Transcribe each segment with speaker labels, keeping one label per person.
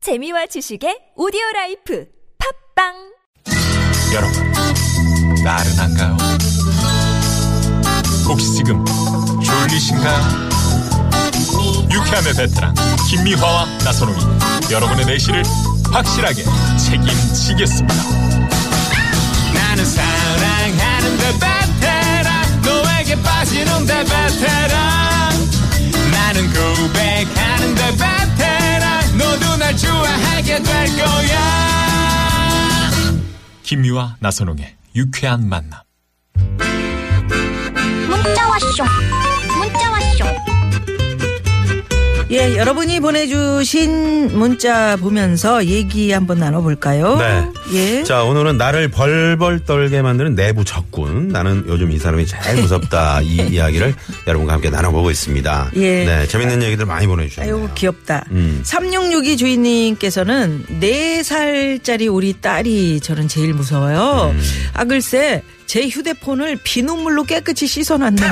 Speaker 1: 재미와 지식의 오디오 라이프 팝빵
Speaker 2: 여러분, 나른한가요? 혹시 지금 졸리신가요? 유쾌함의 베테랑 김미화와 나선홍이 여러분의 내실을 확실하게 책임지겠습니다.
Speaker 3: 나는 사랑하는데
Speaker 2: 그
Speaker 3: 베테랑 너에게 빠지는데 베테랑 나는
Speaker 2: 그
Speaker 3: 고백하는데 베테랑 너도 날 좋아하게 될 거야
Speaker 2: 김미화 나선홍의 유쾌한 만남.
Speaker 4: 문자 왔쇼 문자 왔쇼
Speaker 5: 예, 여러분이 보내주신 문자 보면서 얘기 한번 나눠볼까요?
Speaker 6: 네.
Speaker 5: 예.
Speaker 6: 자, 오늘은 나를 벌벌 떨게 만드는 내부 적군. 나는 요즘 이 사람이 제일 무섭다. 이 이야기를 여러분과 함께 나눠보고 있습니다.
Speaker 5: 예.
Speaker 6: 네. 재밌는 얘기들 많이 보내주셨네요.
Speaker 5: 아유, 귀엽다.
Speaker 6: 음.
Speaker 5: 3662 주인님께서는 4살짜리 우리 딸이 저는 제일 무서워요.
Speaker 6: 음.
Speaker 5: 아, 글쎄, 제 휴대폰을 비눗물로 깨끗이 씻어놨네요.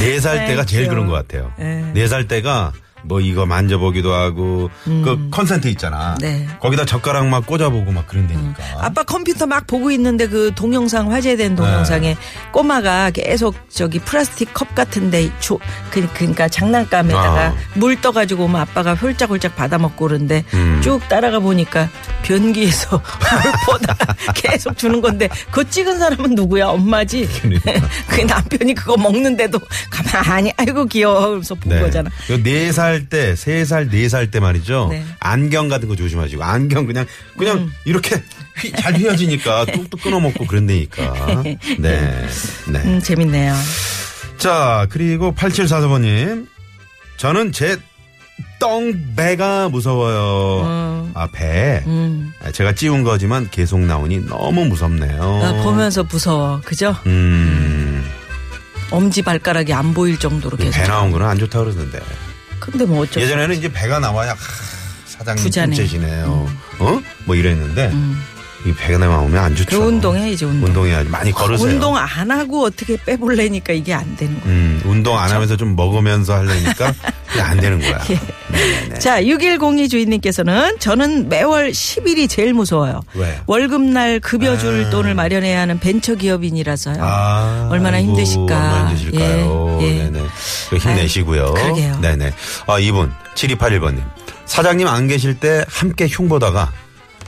Speaker 6: 네 살 때가 제일
Speaker 5: 귀여워.
Speaker 6: 그런 것 같아요.
Speaker 5: 예.
Speaker 6: 네 살 때가 뭐 이거 만져보기도 하고 그 컨센트 있잖아.
Speaker 5: 음. 네. 음.
Speaker 6: 거기다 젓가락 막 꽂아보고 막 그런 데니까.
Speaker 5: 아빠 컴퓨터 막 보고 있는데 그 동영상
Speaker 6: 네.
Speaker 5: 화제된 동영상에 꼬마가 계속 저기 플라스틱 컵 같은데 조, 그, 그러니까 장난감에다가
Speaker 6: 아.
Speaker 5: 물 떠가지고 오면 아빠가 홀짝홀짝 받아먹고 그러는데
Speaker 6: 음.
Speaker 5: 쭉 따라가 보니까 변기에서 물 퍼다 계속 주는 건데 그거 찍은 사람은 누구야 엄마지
Speaker 6: 그러니까.
Speaker 5: 그 남편이 그거 먹는데도 가만히 아이고 귀여워 그러면서 본 거잖아
Speaker 6: 네 살 때, 세 살, 네 살 때 말이죠.
Speaker 5: 네. 음.
Speaker 6: 안경 같은 거 조심하시고 안경 그냥 그냥 이렇게 휘- 잘 휘어지니까 뚝뚝 끊어 먹고 그런다니까. 네. 네.
Speaker 5: 음 재밌네요
Speaker 6: 자, 그리고 8744번 님. 저는 제 똥배가 무서워요.
Speaker 5: 음.
Speaker 6: 아, 배. 아, 제가 찌운 거지만 계속 나오니 너무 무섭네요.
Speaker 5: 아, 보면서 무서워 그죠
Speaker 6: 음.
Speaker 5: 엄지 발가락이 안 보일 정도로
Speaker 6: 배
Speaker 5: 계속
Speaker 6: 나온 거는 안 좋다고 그러던데.
Speaker 5: 근데 뭐 어쩌
Speaker 6: 예전에는 이제 배가 나와야 하, 사장님
Speaker 5: 부자네. 음.
Speaker 6: 부채시네요. 어? 뭐 이랬는데 이 배가 나오면 안 좋죠.
Speaker 5: 그 운동해야지, 운동.
Speaker 6: 운동해야지 많이 걸으세요.
Speaker 5: 운동 안 하고 어떻게 빼볼래니까 이게 안 되는 거야.
Speaker 6: 음, 운동
Speaker 5: 그렇죠.
Speaker 6: 안 하면서 좀 먹으면서 하려니까 그게 안 되는 거야.
Speaker 5: 예.
Speaker 6: 네.
Speaker 5: 자, 6102 주인님께서는 저는 매월 10일이 제일 무서워요.
Speaker 6: 왜요?
Speaker 5: 월급날 급여 줄
Speaker 6: 아.
Speaker 5: 돈을 마련해야 하는 벤처 기업인이라서요.
Speaker 6: 아,
Speaker 5: 어. 얼마나
Speaker 6: 아이고,
Speaker 5: 힘드실까.
Speaker 6: 얼마나 힘드실까요?
Speaker 5: 예, 예.
Speaker 6: 네네. 그 힘내시고요.
Speaker 5: 아유, 그러게요.
Speaker 6: 네네. 아, 이분 7281번님. 사장님 안 계실 때 함께 흉 보다가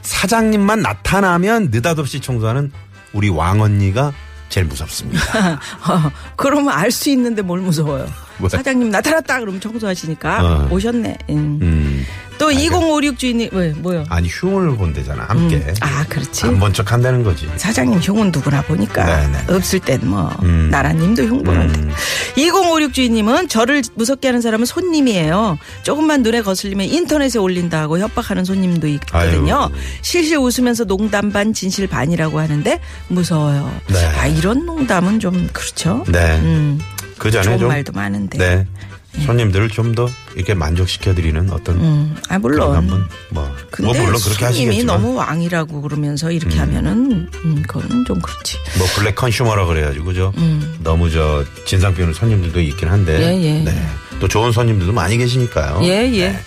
Speaker 6: 사장님만 나타나면 느닷없이 청소하는 우리 왕 언니가 제일 무섭습니다.
Speaker 5: 어, 그러면 알 수 있는데 뭘 무서워요.
Speaker 6: 왜?
Speaker 5: 사장님 나타났다 그러면 청소하시니까
Speaker 6: 어.
Speaker 5: 오셨네. 음.
Speaker 6: 음.
Speaker 5: 또 2056 주인님, 왜, 뭐요?
Speaker 6: 아니 네. 흉을 본대잖아 함께
Speaker 5: 아, 그렇지.
Speaker 6: 안 본 척 한다는 거지
Speaker 5: 사장님 흉은 누구나 보니까
Speaker 6: 네네네.
Speaker 5: 없을 땐 뭐
Speaker 6: 음.
Speaker 5: 나라님도 흉 보는데
Speaker 6: 음.
Speaker 5: 2056 주인님은 저를 무섭게 하는 사람은 손님이에요. 조금만 눈에 거슬리면 인터넷에 올린다 하고 협박하는 손님도 있거든요.
Speaker 6: 아유.
Speaker 5: 실실 웃으면서 농담 반 진실 반이라고 하는데 무서워요.
Speaker 6: 네.
Speaker 5: 아 이런 농담은 좀 그렇죠.
Speaker 6: 네.
Speaker 5: 음,
Speaker 6: 그 전에
Speaker 5: 좋은
Speaker 6: 좀
Speaker 5: 말도 많은데.
Speaker 6: 네. 손님들을 좀 더 이렇게 만족시켜 드리는 어떤
Speaker 5: 음, 아
Speaker 6: 그런
Speaker 5: 물론.
Speaker 6: 한번 뭐,
Speaker 5: 근데
Speaker 6: 뭐 물론 그렇게
Speaker 5: 손님이
Speaker 6: 하시겠지만
Speaker 5: 너무 왕이라고 그러면서 이렇게 하면은 음, 그건 좀 그렇지.
Speaker 6: 뭐 블랙 컨슈머라 그래가지고 그죠 너무 저 진상 피우는 손님들도 있긴 한데
Speaker 5: 음. 예, 예.
Speaker 6: 네. 또 좋은 손님들도 많이 계시니까요.
Speaker 5: 예, 예.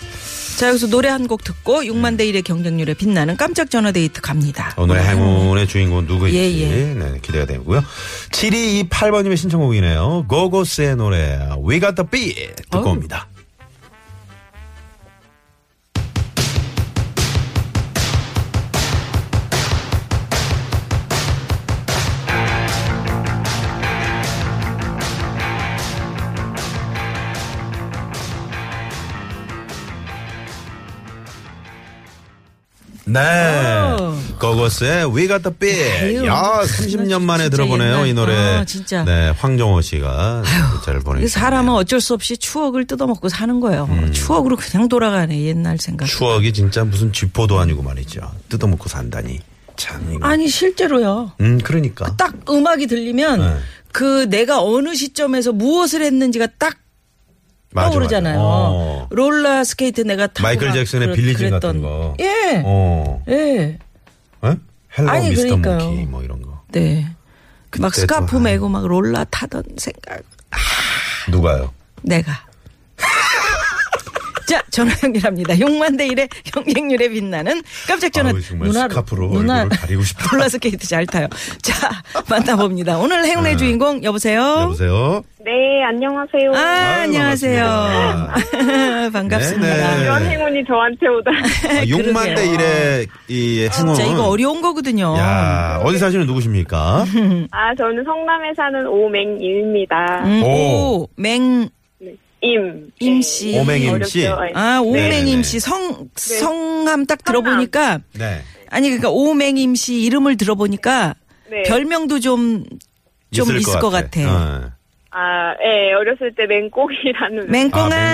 Speaker 5: 자, 여기서 노래 한 곡 듣고 6만 대 1의 경쟁률에 빛나는 깜짝 전화 데이트 갑니다.
Speaker 6: 오늘 행운의 주인공은 누구일지
Speaker 5: 음. 예, 예.
Speaker 6: 네, 기대가 되고요. 7228번님의 신청곡이네요. 고고스의 노래 We Got The Beat 듣고
Speaker 5: 어우.
Speaker 6: 옵니다. 네.
Speaker 5: 오.
Speaker 6: 거거스의 We Got The Beat.
Speaker 5: 아유,
Speaker 6: 야,
Speaker 5: 진짜
Speaker 6: 30년 만에 들어보네요,
Speaker 5: 옛날.
Speaker 6: 이 노래.
Speaker 5: 아, 진짜.
Speaker 6: 네, 황정호 씨가 문자를
Speaker 5: 이
Speaker 6: 보내주셨네요. 음.
Speaker 5: 사람은 어쩔 수 없이 추억을 뜯어먹고 사는 거예요. 추억으로 그냥 돌아가네, 옛날 생각.
Speaker 6: 추억이 진짜 무슨 쥐포도 아니고 말이죠. 뜯어먹고 산다니. 참. 이거.
Speaker 5: 아니, 실제로요.
Speaker 6: 음, 그러니까.
Speaker 5: 딱 음악이 들리면
Speaker 6: 네.
Speaker 5: 그 내가 어느 시점에서 무엇을 했는지가 딱
Speaker 6: 맞아,
Speaker 5: 떠오르잖아요.
Speaker 6: 맞아. 어.
Speaker 5: 롤러 스케이트 내가 타고
Speaker 6: 마이클
Speaker 5: 막
Speaker 6: 잭슨의
Speaker 5: 그랬-
Speaker 6: 빌리진
Speaker 5: 그랬던-
Speaker 6: 같은 거.
Speaker 5: 예.
Speaker 6: 어.
Speaker 5: 예.
Speaker 6: 에? 헬로
Speaker 5: 아니,
Speaker 6: 미스터
Speaker 5: 그러니까요.
Speaker 6: 모키 뭐 이런 거.
Speaker 5: 네. 그막
Speaker 6: 그때도 네.
Speaker 5: 스카프
Speaker 6: 한-
Speaker 5: 메고 막 롤라 타던 생각.
Speaker 6: 누가요?
Speaker 5: 내가. 자, 전화 연결합니다. 6만 대 1의 경쟁률에 빛나는 깜짝 전화.
Speaker 6: 아우, 정말 스카프로 얼굴을 가리고 싶다.
Speaker 5: 롤러 스케이트 잘 타요. 자, 만나봅니다. 오늘 행운의 주인공 여보세요.
Speaker 6: 네. 여보세요.
Speaker 7: 네, 안녕하세요.
Speaker 5: 아,
Speaker 6: 아유,
Speaker 5: 안녕하세요. 반갑습니다.
Speaker 6: 네, 네.
Speaker 7: 이런 행운이 저한테 오다.
Speaker 6: 아, 6만 대
Speaker 5: 네, 그러게요.
Speaker 6: 1의 이 행운.
Speaker 5: 진짜 이거 어려운 거거든요.
Speaker 6: 네. 음. 야, 어디 사시는 누구십니까?
Speaker 7: 아, 저는 성남에 사는 오맹임입니다.
Speaker 5: 음,
Speaker 6: 오.
Speaker 5: 오, 맹,
Speaker 7: 임. 네,
Speaker 5: 임씨.
Speaker 6: 오맹임 씨.
Speaker 7: 어렵죠? 네.
Speaker 5: 아,
Speaker 6: 네네네.
Speaker 5: 오맹임 씨 성, 성함 딱 들어보니까
Speaker 6: 네.
Speaker 5: 아니 그러니까 오맹임 씨 이름을 들어보니까
Speaker 7: 네.
Speaker 5: 별명도 좀 좀 있을, 것 같아.
Speaker 6: 어.
Speaker 7: 아, 예, 어렸을 때 맹꽁이라는.
Speaker 5: 맹꽁아,
Speaker 6: 아, 맹꽁이.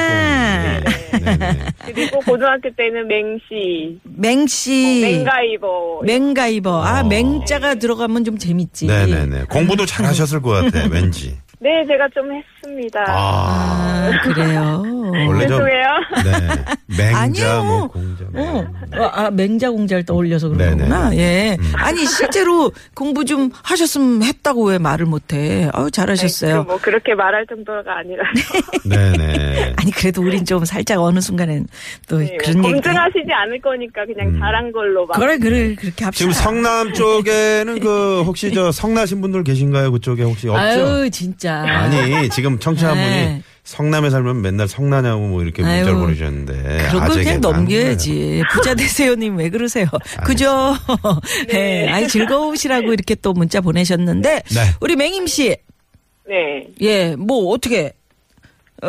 Speaker 6: 네, 네, 네.
Speaker 7: 그리고 고등학교 때는 맹씨. 뭐
Speaker 5: 맹씨,
Speaker 7: 어, 맹가이버.
Speaker 5: 맹가이버. 아,
Speaker 6: 어.
Speaker 5: 맹자가 들어가면 좀 재밌지. 예.
Speaker 6: 네네네. 공부도 잘 하셨을 것 같아, 왠지.
Speaker 7: 네, 제가 좀 했습니다.
Speaker 6: 아.
Speaker 5: 아, 그래요.
Speaker 6: 원래 좀.
Speaker 7: 죄송해요.
Speaker 6: 네. 맹자,
Speaker 5: 아니요.
Speaker 6: 뭐, 공자.
Speaker 5: 어,
Speaker 6: 뭐.
Speaker 5: 아, 맹자 공자를 떠올려서 그런
Speaker 6: 네네. 음.
Speaker 5: 거구나. 예. 아니, 실제로 공부 좀 하셨으면 했다고 왜 말을 못해. 아유, 잘하셨어요.
Speaker 7: 그 뭐, 그렇게 말할 정도가 아니라.
Speaker 6: 네네.
Speaker 5: 아니, 그래도 우린 좀 살짝 어느 순간엔 또
Speaker 7: 네,
Speaker 5: 그런 얘기.
Speaker 7: 검증하시지 않을 거니까 그냥
Speaker 6: 음.
Speaker 7: 잘한 걸로 막.
Speaker 5: 그래, 그래, 그렇게 합시다.
Speaker 6: 지금 성남 쪽에는 그, 혹시 저 성나신 분들 계신가요? 그쪽에 혹시 없죠?
Speaker 5: 아유, 진짜.
Speaker 6: 아니 지금 청취한 분이
Speaker 5: 네.
Speaker 6: 성남에 살면 맨날 성나냐고 뭐 이렇게 문자를
Speaker 5: 아유,
Speaker 6: 보내주셨는데
Speaker 5: 그런 걸
Speaker 6: 네, 아재개그
Speaker 5: 그냥 넘겨야지. 부자 되세요님 왜 그러세요? 그죠? 네. 아이 즐거우시라고 이렇게 또 문자 보내셨는데
Speaker 6: 네.
Speaker 5: 우리 맹임 씨,
Speaker 7: 네.
Speaker 5: 예, 뭐 어떻게? 어,
Speaker 7: 아,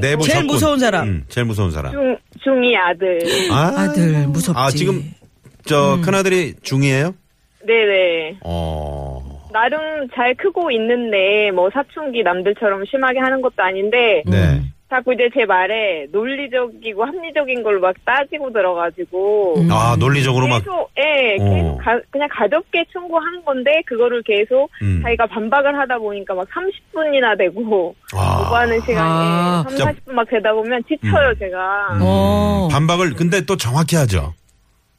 Speaker 5: 제일
Speaker 6: 내부 네, 뭐 적군.
Speaker 5: 무서운 사람.
Speaker 6: 음, 제일 무서운 사람.
Speaker 7: 중, 중이 아들.
Speaker 6: 아,
Speaker 5: 아들 무섭지. 음.
Speaker 6: 아 지금 저 큰아들이 중이에요?
Speaker 7: 네네.
Speaker 6: 어.
Speaker 7: 나름 잘 크고 있는데 뭐 사춘기 남들처럼 심하게 하는 것도 아닌데
Speaker 5: 음.
Speaker 6: 네.
Speaker 7: 자꾸 이제 제 말에 논리적이고 합리적인 걸로 막 따지고 들어가지고
Speaker 5: 음.
Speaker 6: 아 논리적으로 막
Speaker 7: 계속 예
Speaker 6: 어.
Speaker 7: 계속 가- 그냥 가볍게 충고한 건데 그거를 계속
Speaker 6: 음.
Speaker 7: 자기가 반박을 하다 보니까 막 30분이나 되고
Speaker 6: 아.
Speaker 7: 오버하는
Speaker 5: 아.
Speaker 7: 시간에 3,
Speaker 6: 진짜.
Speaker 7: 40분 막 되다 보면 지쳐요 제가
Speaker 6: 음,
Speaker 5: 어.
Speaker 6: 반박을 근데 또 정확히 하죠.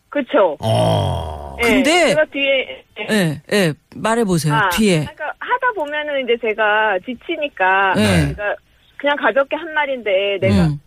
Speaker 7: 그쵸
Speaker 6: 어.
Speaker 7: 예,
Speaker 5: 근데-
Speaker 7: 제가 뒤에 예.
Speaker 5: 예, 예, 말해 보세요.
Speaker 7: 아,
Speaker 5: 뒤에.
Speaker 7: 그러니까 하다 보면은 이제 제가 지치니까
Speaker 5: 네.
Speaker 7: 제가 그냥 가볍게 한 말인데
Speaker 6: 네.
Speaker 7: 내가
Speaker 5: 음.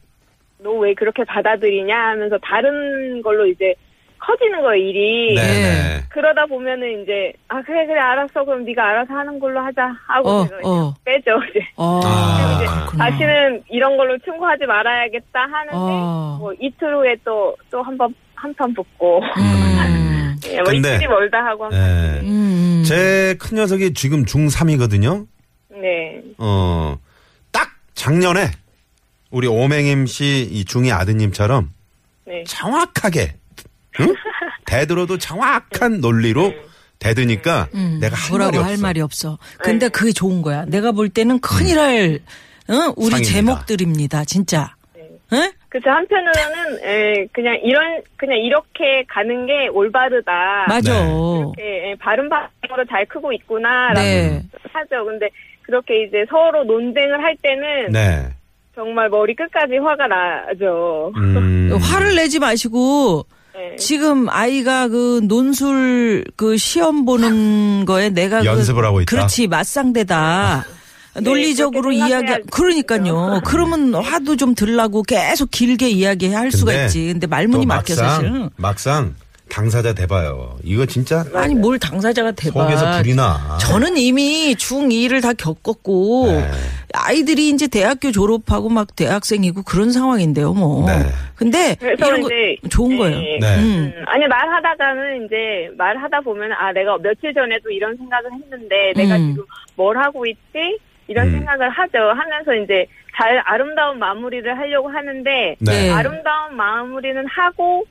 Speaker 7: 너 왜 그렇게 받아들이냐 하면서 다른 걸로 이제 커지는 거예요 일이.
Speaker 6: 네네.
Speaker 7: 그러다 보면은 이제 아 그래 그래 알았어 그럼 네가 알아서 하는 걸로 하자 하고
Speaker 5: 어,
Speaker 7: 제가 그냥
Speaker 5: 어.
Speaker 7: 빼죠 이제
Speaker 5: 어.
Speaker 6: 아,
Speaker 7: 이제
Speaker 5: 그렇구나.
Speaker 7: 다시는 이런 걸로 충고하지 말아야겠다 하는데
Speaker 5: 어.
Speaker 7: 뭐 이틀 후에 또 또 한번 한판 붙고
Speaker 5: 음.
Speaker 7: 예, 뭐
Speaker 6: 근데-
Speaker 7: 이틀이 멀다 하고 한판
Speaker 6: 네.
Speaker 5: 음.
Speaker 6: 제 큰 녀석이 지금 중3이거든요.
Speaker 7: 네.
Speaker 6: 어, 딱 작년에 우리 오맹임 씨 이 중이 아드님처럼
Speaker 7: 네.
Speaker 6: 정확하게 응? 대들어도 정확한 논리로 대드니까 음, 내가 할
Speaker 5: 네. 음. 뭐라고
Speaker 6: 말이 없어.
Speaker 5: 할 말이 없어.
Speaker 7: 네.
Speaker 5: 근데 그게 좋은 거야. 내가 볼 때는 큰일 할 응? 우리
Speaker 6: 음. 상입니다.
Speaker 5: 제목들입니다. 진짜.
Speaker 7: 네.
Speaker 5: 응?
Speaker 7: 그쵸 한편으로는 예, 그냥 이런 그냥 이렇게 가는 게 올바르다.
Speaker 5: 맞아.
Speaker 6: 네.
Speaker 7: 예, 예, 바른 방향으로 잘 크고 있구나라고
Speaker 6: 음.
Speaker 5: 네.
Speaker 7: 하죠. 근데 그렇게 이제 서로 논쟁을 할 때는
Speaker 6: 네.
Speaker 7: 정말 머리 끝까지 화가 나죠.
Speaker 6: 음.
Speaker 5: 화를 내지 마시고
Speaker 7: 예.
Speaker 5: 지금 아이가 그 논술 그 시험 보는 거에 내가 그-
Speaker 6: 연습을 하고 있다.
Speaker 5: 그렇지 맞상대다. 논리적으로
Speaker 7: 네, 그렇게
Speaker 5: 이야기
Speaker 7: 생각해야지.
Speaker 5: 그러니까요. 그러면 화도 좀 들라고 계속 길게 이야기할 수가
Speaker 6: 근데
Speaker 5: 있지. 근데
Speaker 6: 또
Speaker 5: 말문이 막혀
Speaker 6: 막상
Speaker 5: 사실은.
Speaker 6: 막상 당사자 돼봐요. 이거 진짜
Speaker 5: 아니 뭘 당사자가 대박.
Speaker 6: 속에서 불이 나.
Speaker 5: 네. 아, 저는 이미 중2를 다 겪었고
Speaker 6: 네.
Speaker 5: 아이들이 이제 대학교 졸업하고 막 대학생이고 그런 상황인데요, 뭐.
Speaker 6: 네.
Speaker 5: 근데
Speaker 7: 그래서
Speaker 5: 이런 거
Speaker 7: 이제
Speaker 5: 좋은
Speaker 7: 예,
Speaker 5: 거예요.
Speaker 7: 예.
Speaker 6: 네.
Speaker 5: 음.
Speaker 7: 음, 아니 말하다가는 이제 말하다 보면 아 내가 며칠 전에도 이런 생각을 했는데 내가
Speaker 5: 음.
Speaker 7: 지금 뭘 하고 있지 이런
Speaker 6: 음.
Speaker 7: 생각을 하죠 하면서 이제 잘 아름다운 마무리를 하려고 하는데
Speaker 6: 네.
Speaker 5: 네.
Speaker 7: 아름다운 마무리는 하고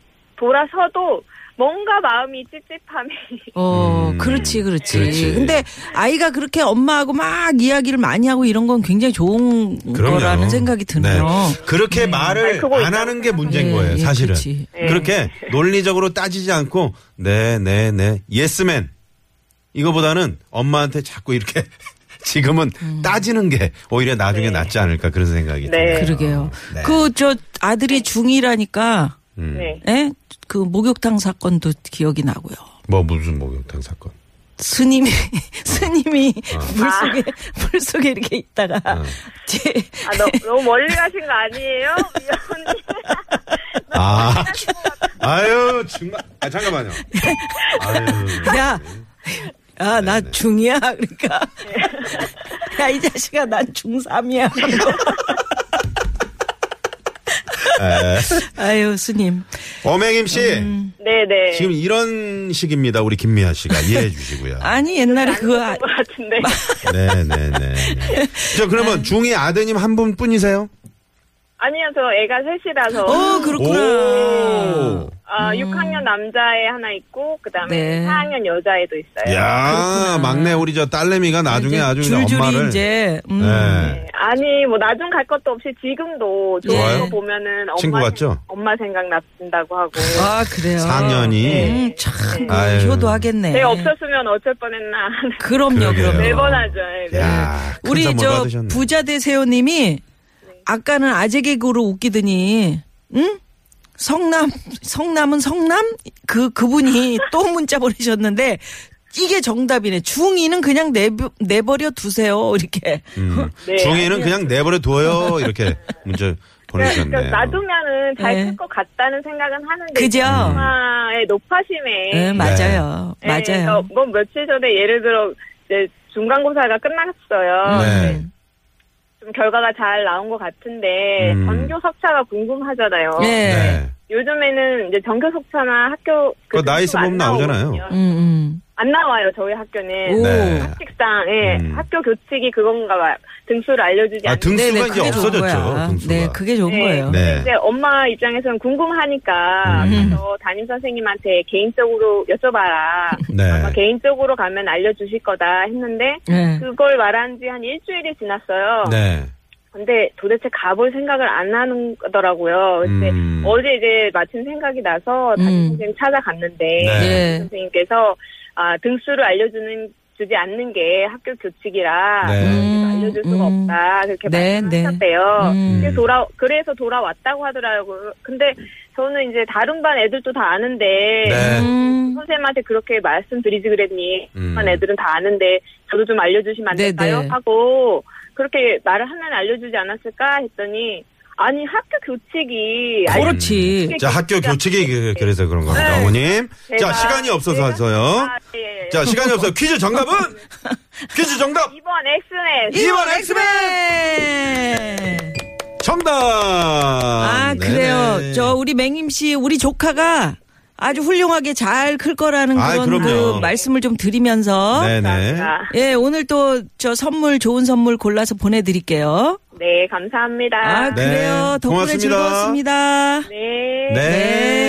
Speaker 7: 돌아서도 뭔가 마음이 찝찝함이
Speaker 5: 어,
Speaker 6: 음.
Speaker 5: 그렇지, 그렇지,
Speaker 6: 그렇지.
Speaker 5: 근데 아이가 그렇게 엄마하고 막 이야기를 많이 하고 이런 건 굉장히 좋은
Speaker 6: 그럼요.
Speaker 5: 거라는 생각이 드네요.
Speaker 6: 네. 그렇게
Speaker 7: 아니,
Speaker 6: 말을
Speaker 7: 그거
Speaker 6: 안
Speaker 7: 있잖아요.
Speaker 6: 하는 게 문제인
Speaker 5: 예,
Speaker 6: 거예요,
Speaker 5: 예,
Speaker 6: 사실은.
Speaker 5: 그치.
Speaker 7: 예.
Speaker 6: 그렇게 논리적으로 따지지 않고 네, 네, 네. 예스맨. 이거보다는 엄마한테 자꾸 이렇게 지금은
Speaker 5: 음.
Speaker 6: 따지는 게 오히려 나중에 낫지 않을까 그런 생각이
Speaker 7: 네.
Speaker 6: 드네요.
Speaker 5: 그러게요.
Speaker 6: 네.
Speaker 5: 그 저 아들이 중이라니까,
Speaker 6: 음.
Speaker 7: 네.
Speaker 5: 예? 그 목욕탕 사건도 기억이 나고요.
Speaker 6: 뭐 무슨 목욕탕 사건.
Speaker 5: 스님이 스님이
Speaker 6: 어.
Speaker 5: 물속에 물속에 이렇게 있다가 제-
Speaker 7: 아, 너, 무 멀리 가신 거 아니에요? 위원님.
Speaker 6: 아, 아유, 정말. 아, 잠깐만요. 아유.
Speaker 5: 야, 야, 나 중이야. 그러니까. 야, 이 자식아, 난 중3이야. 아유, 스님.
Speaker 6: 어맹임 씨,
Speaker 5: 음.
Speaker 7: 네네.
Speaker 6: 지금 이런 식입니다. 우리 김미아 씨가 이해해 주시고요.
Speaker 5: 아니, 옛날에 그거, 아-
Speaker 7: 것 같은데.
Speaker 6: 네네네. 저
Speaker 5: 네.
Speaker 6: 그러면 중이 아드님 한 분뿐이세요?
Speaker 7: 아니요, 저 애가 셋이라서.
Speaker 5: 어, 그렇구나.
Speaker 6: 오.
Speaker 7: 아, 6학년 남자애 하나 있고, 그 다음에
Speaker 5: 네.
Speaker 7: 4학년 여자애도 있어요.
Speaker 6: 야 막내 우리 저 딸내미가
Speaker 5: 네,
Speaker 6: 나중에
Speaker 5: 이제
Speaker 6: 아주 그냥
Speaker 5: 줄줄이
Speaker 6: 엄마를.
Speaker 5: 이제, 음.
Speaker 6: 네.
Speaker 7: 아니, 뭐, 나중 갈 것도 없이 지금도 좋은
Speaker 5: 좋아요?
Speaker 7: 거 보면은 엄마,
Speaker 6: 친구 같죠?
Speaker 7: 생- 엄마 생각 나신다고 하고.
Speaker 5: 아, 그래요.
Speaker 6: 4학년이.
Speaker 5: 음, 참, 그거
Speaker 6: 아유.
Speaker 5: 효도하겠네.
Speaker 7: 내가 없었으면 어쩔 뻔했나.
Speaker 5: 그럼요,
Speaker 6: 그러게요.
Speaker 5: 그럼요.
Speaker 7: 매번 하죠. 예, 네.
Speaker 6: 야, 큰
Speaker 5: 우리
Speaker 6: 선물
Speaker 5: 저
Speaker 6: 받으셨네.
Speaker 5: 부자대 세호님이 아까는 아재 개그로 웃기더니 응? 성남 성남은 성남 그 그분이 또 문자 보내셨는데 이게 정답이네. 중이는 그냥 내 내버려 두세요. 이렇게.
Speaker 6: 음.
Speaker 7: 네,
Speaker 6: 중이는 그냥 내버려 둬요 이렇게 문자
Speaker 7: 그러니까
Speaker 6: 보내셨네요.
Speaker 7: 놔두면은 잘
Speaker 5: 네.
Speaker 7: 클 것 같다는 생각은 하는데.
Speaker 5: 그죠?
Speaker 6: 음.
Speaker 7: 엄마의 높아심에.
Speaker 5: 네, 맞아요.
Speaker 7: 예,
Speaker 5: 맞아요.
Speaker 7: 뭐 며칠 전에 예를 들어 이제 중간고사가 끝났어요.
Speaker 6: 네.
Speaker 7: 좀 결과가 잘 나온 것 같은데
Speaker 6: 음.
Speaker 7: 전교 석차가 궁금하잖아요.
Speaker 5: 네.
Speaker 6: 네.
Speaker 7: 요즘에는 이제 전교 석차나 학교
Speaker 6: 그거 나이스
Speaker 7: 점수가 안
Speaker 6: 보면 나오잖아요.
Speaker 5: 음,
Speaker 7: 나오거든요.
Speaker 5: 음.
Speaker 7: 안 나와요 저희 학교는.
Speaker 5: 오.
Speaker 6: 네.
Speaker 7: 식상 예
Speaker 6: 음.
Speaker 7: 학교 교칙이 그건가 봐요. 등수를 알려주지
Speaker 6: 아,
Speaker 7: 않는
Speaker 6: 등수가
Speaker 5: 네네,
Speaker 6: 이제
Speaker 5: 그게 좋은
Speaker 6: 없어졌죠.
Speaker 5: 거야.
Speaker 6: 등수가.
Speaker 5: 네, 그게 좋은 거예요.
Speaker 6: 네.
Speaker 7: 이제 엄마 입장에서는 궁금하니까
Speaker 6: 음.
Speaker 7: 그래서 담임 선생님한테 개인적으로 여쭤봐라.
Speaker 6: 네.
Speaker 7: 아마 개인적으로 가면 알려주실 거다 했는데
Speaker 5: 네.
Speaker 7: 그걸 말한 지 한 일주일이 지났어요.
Speaker 6: 네.
Speaker 7: 근데 도대체 가볼 생각을 안 하는 거더라고요. 근데
Speaker 6: 음.
Speaker 7: 어제 이제 마침 생각이 나서 담임
Speaker 5: 음.
Speaker 7: 선생님 찾아갔는데
Speaker 6: 네.
Speaker 5: 예.
Speaker 7: 선생님께서 아, 등수를 알려주는 주지 않는 게 학교 교칙이라
Speaker 6: 네.
Speaker 7: 그래서
Speaker 5: 음,
Speaker 7: 알려줄 수가
Speaker 5: 음.
Speaker 7: 없다 그렇게
Speaker 5: 네,
Speaker 7: 말씀하셨대요.
Speaker 5: 음.
Speaker 7: 그래서 돌아 그래서 돌아왔다고 하더라고요. 근데 저는 이제 다른 반 애들도 다 아는데
Speaker 6: 네.
Speaker 5: 음.
Speaker 7: 선생님한테 그렇게 말씀드리지 그랬니?
Speaker 6: 음.
Speaker 7: 그런 애들은 다 아는데 저도 좀 알려주시면 안
Speaker 5: 네네.
Speaker 7: 될까요? 하고 그렇게 말을 하면 알려주지 않았을까 했더니 아니 학교 교칙이 그러니까 알-
Speaker 5: 그렇지.
Speaker 6: 자, 학교 교칙이 그- 그래서 그런 겁니다.
Speaker 7: 네.
Speaker 6: 어머님. 자,
Speaker 7: 제가-
Speaker 6: 시간이
Speaker 7: 제가-
Speaker 6: 없어서서요.
Speaker 7: 아, 예, 예.
Speaker 6: 자, 시간이 없어요. 퀴즈 정답은? 퀴즈 정답!
Speaker 7: 이번 엑스맨
Speaker 6: 이번
Speaker 5: 엑스맨.
Speaker 6: 정답!
Speaker 5: 아,
Speaker 6: 아,
Speaker 5: 그래요. 저 우리 맹임 씨 우리 조카가 아주 훌륭하게 잘 클 거라는
Speaker 6: 아이,
Speaker 5: 그런
Speaker 6: 그럼요.
Speaker 5: 그 말씀을 좀 드리면서
Speaker 6: 네네.
Speaker 7: 아,
Speaker 5: 예, 오늘 또 저 선물 좋은 선물 골라서 보내 드릴게요.
Speaker 7: 네 감사합니다.
Speaker 5: 아,
Speaker 6: 네.
Speaker 5: 그래요. 덕분에
Speaker 6: 고맙습니다.
Speaker 5: 즐거웠습니다.
Speaker 6: 네.
Speaker 7: 네.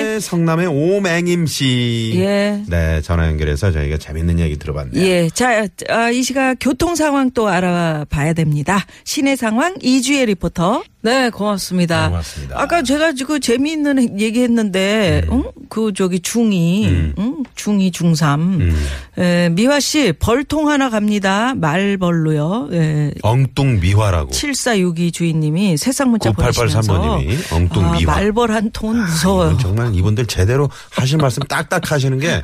Speaker 5: 네.
Speaker 6: 성남의 오맹임 씨.
Speaker 5: 예.
Speaker 6: 네, 전화 연결해서 저희가 재밌는 얘기 들어봤네요.
Speaker 5: 예. 자, 아, 이 시각 교통 상황 또 알아봐야 됩니다. 시내 상황 이주혜 리포터. 네, 고맙습니다.
Speaker 6: 고맙습니다. 음.
Speaker 5: 아까 제가 지금 재미있는 얘기 했는데, 응? 그 저기 중2, 응? 중2, 중3.
Speaker 6: 음.
Speaker 5: 에, 미화 씨, 벌통 하나 갑니다. 말벌로요. 예.
Speaker 6: 엉뚱 미화라고.
Speaker 5: 7462 주인님이 세상 문자
Speaker 6: 9883
Speaker 5: 보내시면서
Speaker 6: 번님이 엉뚱
Speaker 5: 아,
Speaker 6: 미화.
Speaker 5: 말벌 한 톤 무서워요.
Speaker 6: 이분 정말 이분들 제대로 하실 말씀 딱딱 하시는 게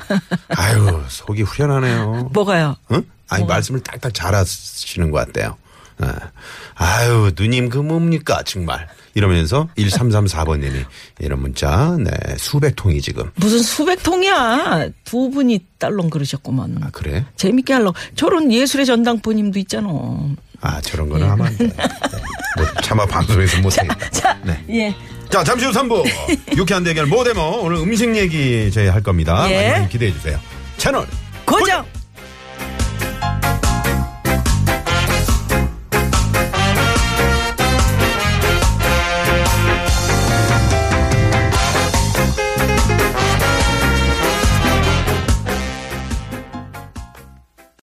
Speaker 6: 아유 속이 후련하네요.
Speaker 5: 뭐가요?
Speaker 6: 응? 아니 말씀을 딱딱 잘 하시는 것 같아요. 예. 아유 누님 그 뭡니까 정말 이러면서 1334번님이 이런 문자 네 수백 통이 지금
Speaker 5: 무슨 수백 통이야. 두 분이 딸롱 그러셨구만.
Speaker 6: 아 그래
Speaker 5: 재밌게 하려고. 저런 예술의 전당포님도 있잖아.
Speaker 6: 아 저런 거는 하면 안돼 뭐 차마 방송에서 못하겠다 네.
Speaker 5: 예.
Speaker 6: 자 잠시 후 3부 유쾌한 대결 모데모 오늘 음식 얘기 저희 할 겁니다
Speaker 5: 예.
Speaker 6: 많이 많이 기대해 주세요 채널
Speaker 5: 고정!